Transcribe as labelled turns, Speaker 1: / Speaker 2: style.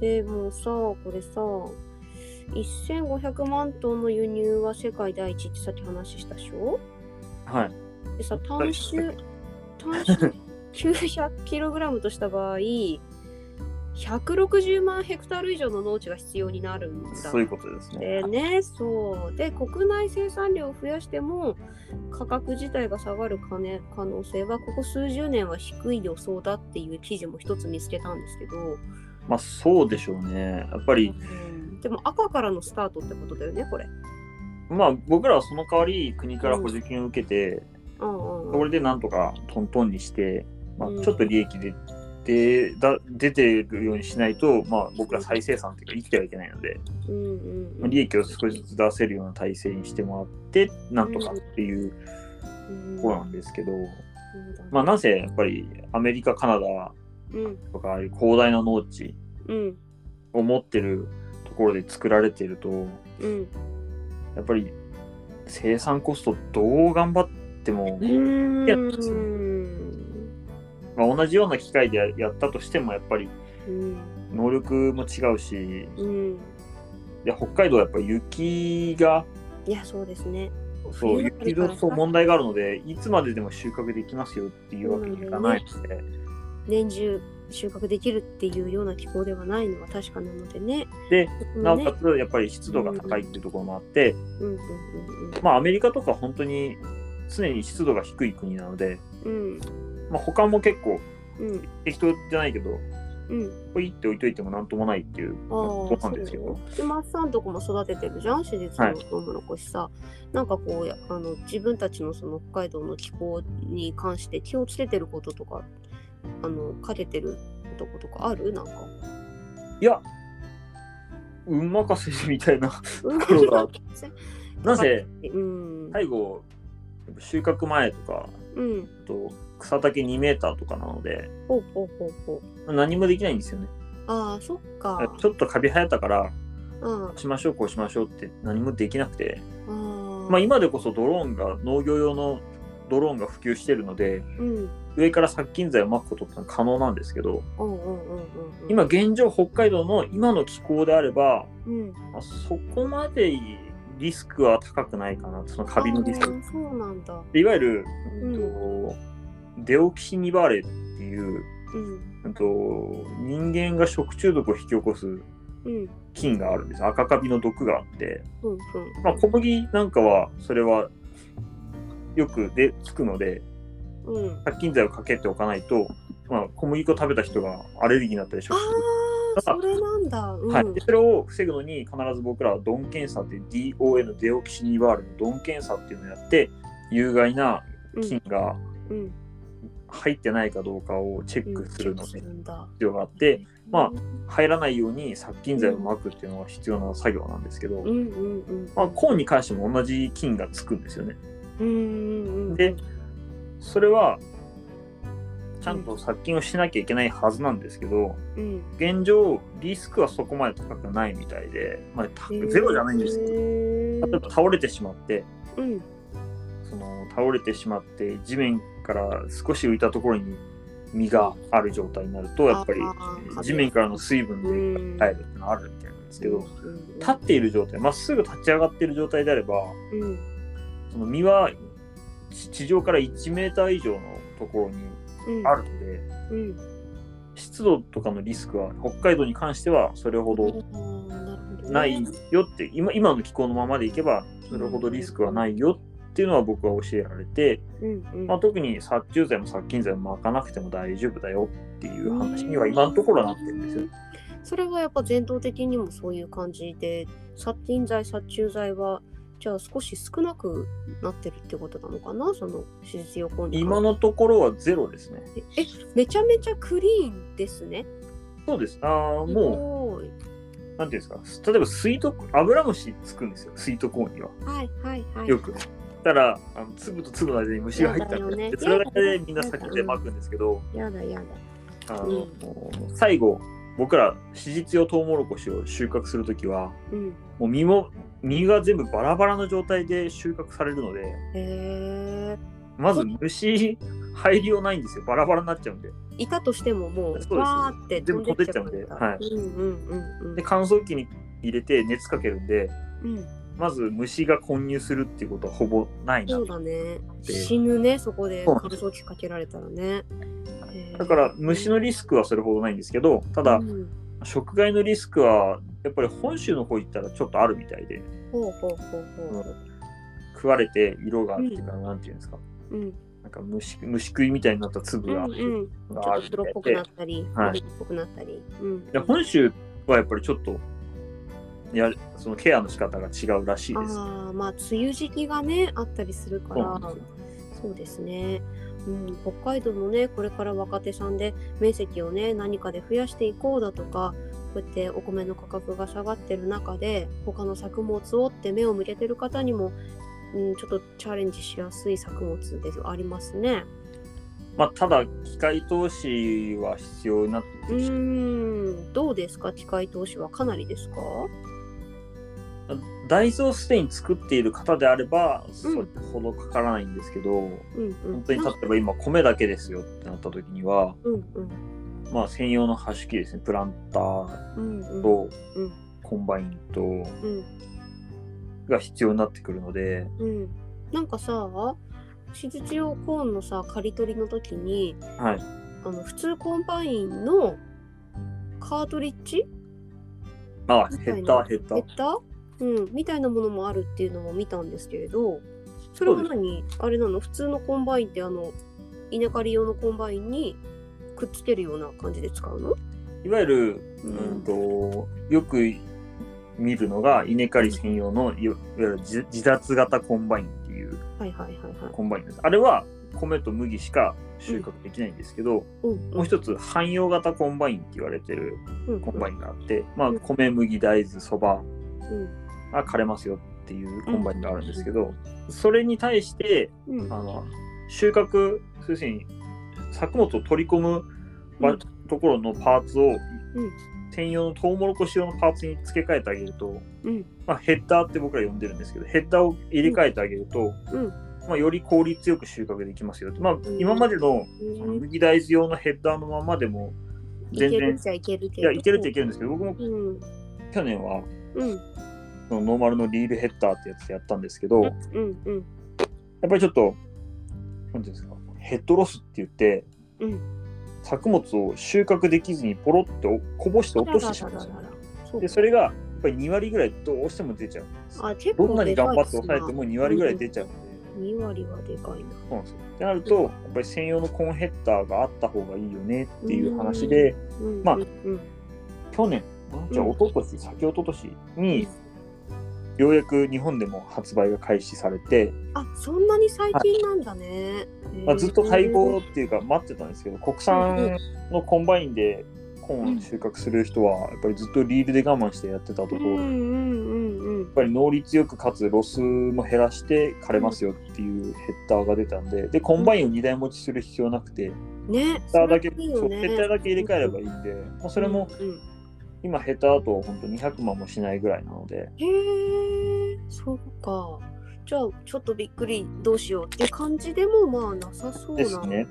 Speaker 1: でもさこれさ1500万トンの輸入は世界第一ってさっき話したでしょ
Speaker 2: はい。
Speaker 1: でさ単種単種900キログラムとした場合160万ヘクタール以上の農地が必要になるんだ
Speaker 2: そういうことですね。
Speaker 1: でね、そう。で、国内生産量を増やしても、価格自体が下がる可,、ね、可能性は、ここ数十年は低い予想だっていう記事も一つ見つけたんですけど、
Speaker 2: まあそうでしょうね。やっぱり、
Speaker 1: でも赤からのスタートってことだよね、これ。
Speaker 2: まあ僕らはその代わり国から補助金を受けて、
Speaker 1: うんうん
Speaker 2: こ
Speaker 1: うん、
Speaker 2: れでなんとかトントンにして、まあ
Speaker 1: うん
Speaker 2: ちょっと利益で、でだ出てるようにしないと、まあ、僕ら再生産というか生きてはいけないので、
Speaker 1: うんうん
Speaker 2: まあ利益を少しずつ出せるような体制にしてもらってなんとかっていうところなんですけど、まあ、なぜやっぱりアメリカカナダ
Speaker 1: うん
Speaker 2: とかああいう広大な農地
Speaker 1: うん
Speaker 2: を持ってるところで作られてると
Speaker 1: うん
Speaker 2: やっぱり生産コストどう頑張っても、
Speaker 1: うん
Speaker 2: いやまあ、同じような機械でやったとしてもやっぱり
Speaker 1: うん
Speaker 2: 能力も違うし
Speaker 1: うん
Speaker 2: で北海道はやっぱ雪が
Speaker 1: いやそうですね。
Speaker 2: そう
Speaker 1: 冬だから
Speaker 2: 雪のそう問題があるのでいつまででも収穫できますよっていうわけにいかないので、
Speaker 1: 年中収穫できるっていうような気候ではないのは確かなのでね。
Speaker 2: で
Speaker 1: そこ
Speaker 2: な
Speaker 1: も
Speaker 2: お
Speaker 1: ね
Speaker 2: かつやっぱり湿度が高いっていうところもあって、
Speaker 1: うんうんうん
Speaker 2: まあアメリカとか本当に常に湿度が低い国なので、
Speaker 1: うん
Speaker 2: まあ、他も結構
Speaker 1: うん
Speaker 2: 適当じゃないけど
Speaker 1: うん
Speaker 2: ポイって置いといてもなんともないっていう
Speaker 1: ああ
Speaker 2: ことなんですけど
Speaker 1: でマッサンとかも育ててるじゃん手術
Speaker 2: は
Speaker 1: の
Speaker 2: い
Speaker 1: トウモロコシさ、なんかこうやあの自分たちのその北海道の気候に関して気をつけてることとかあのかけてるとことかあるなんか
Speaker 2: いや運任せみたいな
Speaker 1: うん
Speaker 2: ころがなぜ
Speaker 1: うん、
Speaker 2: 最後収穫前とか
Speaker 1: うん
Speaker 2: あと草丈2メーターとかなので
Speaker 1: ほうほうほうほう
Speaker 2: 何もできないんですよね
Speaker 1: ああそっか
Speaker 2: ちょっとカビ生えたから
Speaker 1: うんあ
Speaker 2: こうしましょうこうしましょうって何もできなくて
Speaker 1: あ
Speaker 2: まあ今でこそドローンが農業用のドローンが普及してるので
Speaker 1: うん
Speaker 2: 上から殺菌剤をまくことってのは可能なんですけど
Speaker 1: うんうんうんうんうん
Speaker 2: 今現状北海道の今の気候であれば
Speaker 1: うん
Speaker 2: まあそこまでリスクは高くないかなそのカビのリス
Speaker 1: あ
Speaker 2: ク
Speaker 1: ーそうなんだ
Speaker 2: でいわゆる、
Speaker 1: うん
Speaker 2: うんとデオキシニバレっていう、
Speaker 1: うん
Speaker 2: うんと人間が食中毒を引き起こす
Speaker 1: うん
Speaker 2: 菌があるんです赤カビの毒があって、
Speaker 1: うんうん
Speaker 2: まあ、小麦なんかはそれはよくでつくので
Speaker 1: うん
Speaker 2: 殺菌剤をかけておかないと、まあ、小麦粉を食べた人がアレルギーになったり食
Speaker 1: あ
Speaker 2: 中毒
Speaker 1: あそれなんだ。うん。
Speaker 2: はい、でそれを防ぐのに必ず僕らはドン検査っていう DON デオキシニバールのドン検査っていうのをやって有害な菌が
Speaker 1: うんうん
Speaker 2: 入ってないかどうかをチェックするのに
Speaker 1: チェックするんだ。
Speaker 2: 必要があってまあ
Speaker 1: うん
Speaker 2: 入らないように殺菌剤をまくっていうのが必要な作業なんですけど、
Speaker 1: うんうん。
Speaker 2: まあ、コーンに関しても同じ菌がつくんですよね。
Speaker 1: うんうんうん。
Speaker 2: でそれはちゃんと殺菌をしなきゃいけないはずなんですけど
Speaker 1: うん。
Speaker 2: 現状リスクはそこまで高くないみたいで、まあ、たゼロじゃないんですけど
Speaker 1: へー
Speaker 2: 例えば倒れてしまって
Speaker 1: うん
Speaker 2: その倒れてしまって地面から少し浮いたところに実がある状態になるとやっぱり
Speaker 1: あー
Speaker 2: 地面からの水分で
Speaker 1: うん
Speaker 2: 入るっていうのはあるみたいなんですけ
Speaker 1: う
Speaker 2: ど
Speaker 1: んうん
Speaker 2: 立っている状態まっすぐ立ち上がっている状態であれば
Speaker 1: うん
Speaker 2: その実は地地上から1メーター以上のところに
Speaker 1: うん
Speaker 2: あるの
Speaker 1: う
Speaker 2: で
Speaker 1: ん。
Speaker 2: 湿度とかのリスクは北海道に関してはそれほど
Speaker 1: あーなるほどね
Speaker 2: ないよって今今の気候のままでいけばそれほどリスクはないよっていうのは僕は教えられて。
Speaker 1: うんうん。
Speaker 2: まあ、特に殺虫剤も殺菌剤も巻かなくても大丈夫だよっていう話には今のところなってるんですよ。
Speaker 1: それはやっぱ全体的にもそういう感じで殺菌剤殺虫剤はじゃあ少し少なくなってるってことなのかなその手術用コン
Speaker 2: 今のところはゼロですね。
Speaker 1: えめちゃめちゃクリーンですね
Speaker 2: そうです。あーも
Speaker 1: もう
Speaker 2: う、なんていうんですか、例えばスイート、アブラムシつくんですよ、スイートコーンには。
Speaker 1: はいはいはい
Speaker 2: よく。たら、あの粒と粒の間に虫が入ったん
Speaker 1: そうだよね
Speaker 2: で、それだけでみんな殺菌剤巻くんですけど、
Speaker 1: やだやだ
Speaker 2: あの最後、僕ら、手実用トウモロコシを収穫するときは、
Speaker 1: うん
Speaker 2: もう実も、実が全部バラバラの状態で収穫されるので、
Speaker 1: へえ
Speaker 2: まず虫配量ないんですよ。バラバラになっちゃうんで。
Speaker 1: いたとしてもも
Speaker 2: そうで
Speaker 1: う
Speaker 2: す
Speaker 1: わーって飛んでっちゃう
Speaker 2: 全部飛んでっちゃうんでは
Speaker 1: うんうんうんうん
Speaker 2: で、乾燥機に入れて熱かけるんで、
Speaker 1: うん
Speaker 2: まず虫が混入するっていうことはほぼないな
Speaker 1: そう。だね死ぬねそこで
Speaker 2: そう
Speaker 1: 乾
Speaker 2: なんで
Speaker 1: 燥機かけられたらね
Speaker 2: だから虫のリスクはそれほどないんですけど、た
Speaker 1: ク
Speaker 2: だ食害のリスクはやっぱり本州の方行ったらちょっとあるみたいで、
Speaker 1: ほうほうほうほう
Speaker 2: 食われて色があるっていうか、なんていうんですか、
Speaker 1: うん
Speaker 2: なんか虫虫食いみたいになった
Speaker 1: う
Speaker 2: 粒
Speaker 1: ん
Speaker 2: があ
Speaker 1: う
Speaker 2: る
Speaker 1: んうんちょ
Speaker 2: があ
Speaker 1: っ
Speaker 2: る
Speaker 1: と
Speaker 2: み
Speaker 1: 黒ったぽ
Speaker 2: い
Speaker 1: く
Speaker 2: で
Speaker 1: なったり
Speaker 2: はい
Speaker 1: 緑っぽくなったりうん
Speaker 2: で本州はやっぱりちょっといやそのケアの仕方が違うらしいです。
Speaker 1: ああまあ梅雨時期がねあったりするか
Speaker 2: そうな
Speaker 1: ら
Speaker 2: んですよ
Speaker 1: そうですね、うん、北海道もねこれから若手さんで面積をね何かで増やしていこうだとかこうやってお米の価格が下がってる中で他の作物をって目を向けてる方にも、うん、ちょっとチャレンジしやすい作物でありますね。
Speaker 2: まあ、ただ機械投資は必要になって
Speaker 1: う
Speaker 2: きて、
Speaker 1: んどうですか機械投資はかなりですか
Speaker 2: ダイソーすでに作っている方であればそれほどかからないんですけど、
Speaker 1: うんうん
Speaker 2: 本当に例
Speaker 1: なんか
Speaker 2: えば今米だけですよってなった時には、
Speaker 1: うんうん
Speaker 2: まあ、専用の箸機ですねプランター
Speaker 1: うんうん
Speaker 2: と
Speaker 1: うん
Speaker 2: コンバインと
Speaker 1: うん
Speaker 2: が必要になってくるので、
Speaker 1: うん、なんかさ手術用コーンのさ刈り取りの時に
Speaker 2: はい、
Speaker 1: あの普通コンバインのカートリッジ
Speaker 2: あ
Speaker 1: みた
Speaker 2: ヘ
Speaker 1: い
Speaker 2: ッ
Speaker 1: な
Speaker 2: ダーヘッダ
Speaker 1: ヘ
Speaker 2: ー
Speaker 1: ッダー、うん、みたいなものもあるっていうのも見たんですけれどそれは何あれなの普通のコンバインってあの稲刈り用のコンバインにくっつけるような感じで使うの
Speaker 2: いわゆる、
Speaker 1: う
Speaker 2: うんん、とよく見るのが稲刈り専用のいわいわゆる自自殺型コンバインっていう
Speaker 1: はいはいはいはい。
Speaker 2: コンバインですあれは米と麦しか収穫できないんですけど、
Speaker 1: うん
Speaker 2: もう一つ汎用型コンバインって言われてる
Speaker 1: うん
Speaker 2: コンバインがあって、まあ、
Speaker 1: うん
Speaker 2: 米麦大豆そば
Speaker 1: うん
Speaker 2: が枯れますよっていうコンバインがあるんですけど、それに対して
Speaker 1: うん
Speaker 2: あの収穫要するに作物を取り込む場
Speaker 1: うん
Speaker 2: ところのパーツを、専用のトウモロコシ用のパーツに付け替えてあげると、
Speaker 1: うん
Speaker 2: まあ、ヘッダーって僕ら呼んでるんですけどヘッダーを入れ替えてあげると、
Speaker 1: うん
Speaker 2: まあ、より効率よく収穫できますよって、まあ、今までのその麦大豆用のヘッダーのままでも
Speaker 1: い
Speaker 2: 全
Speaker 1: ける
Speaker 2: 然
Speaker 1: っちゃいけるけ
Speaker 2: い
Speaker 1: ど
Speaker 2: やいけるっていけるんですけど僕も
Speaker 1: うん
Speaker 2: 去年は
Speaker 1: うん
Speaker 2: そのノーマルのリールヘッダーってやつやったんですけど、や
Speaker 1: うんうん
Speaker 2: っぱりちょっと何ていうんですかヘッドロスって言って、
Speaker 1: うん
Speaker 2: 作物を収穫できずにポロッとこぼして落としてしまうんですよね。
Speaker 1: そう
Speaker 2: でそれがやっぱり2割ぐらいどうしても出ちゃうんです。
Speaker 1: あ結構
Speaker 2: どんなに
Speaker 1: でかい
Speaker 2: 頑張って抑えて
Speaker 1: っ
Speaker 2: も2割ぐらい出ちゃうんで。
Speaker 1: すな2割はでかいな。
Speaker 2: そうなんですよってなると、やっぱり専用のコーンヘッダーがあった方がいいよねっていう話で、
Speaker 1: うん
Speaker 2: まあ
Speaker 1: うんうん
Speaker 2: 去年、じゃあ
Speaker 1: うん
Speaker 2: 一昨年、先一昨年に、ようやく日本でも発売が開始されて、
Speaker 1: あそんなに最近なんだね。
Speaker 2: まあ、ずっと待望
Speaker 1: へ
Speaker 2: っていうか待ってたんですけど、国産のコンバインでコーン収穫する人は、やっぱりずっとリールで我慢してやってたとこ
Speaker 1: ー。う
Speaker 2: ろ、
Speaker 1: んう
Speaker 2: やっ
Speaker 1: んうんうん。
Speaker 2: ぱり能率よくかつロスも減らして枯れますよっていうヘッダーが出たんで、で、コンバインを2台持ちする必要なくて、ヘッ
Speaker 1: ね。
Speaker 2: ダーだけ、
Speaker 1: それいい
Speaker 2: そ
Speaker 1: よ
Speaker 2: う
Speaker 1: ね
Speaker 2: ヘッダーだけ入れ替えればいいんで、まあ、それも
Speaker 1: うんうん
Speaker 2: 今ヘッダーだと本当200万もしないぐらいなので、
Speaker 1: へえそうか。じゃあちょっとびっくりどうしようって感じでもまあなさそうな。
Speaker 2: ですね。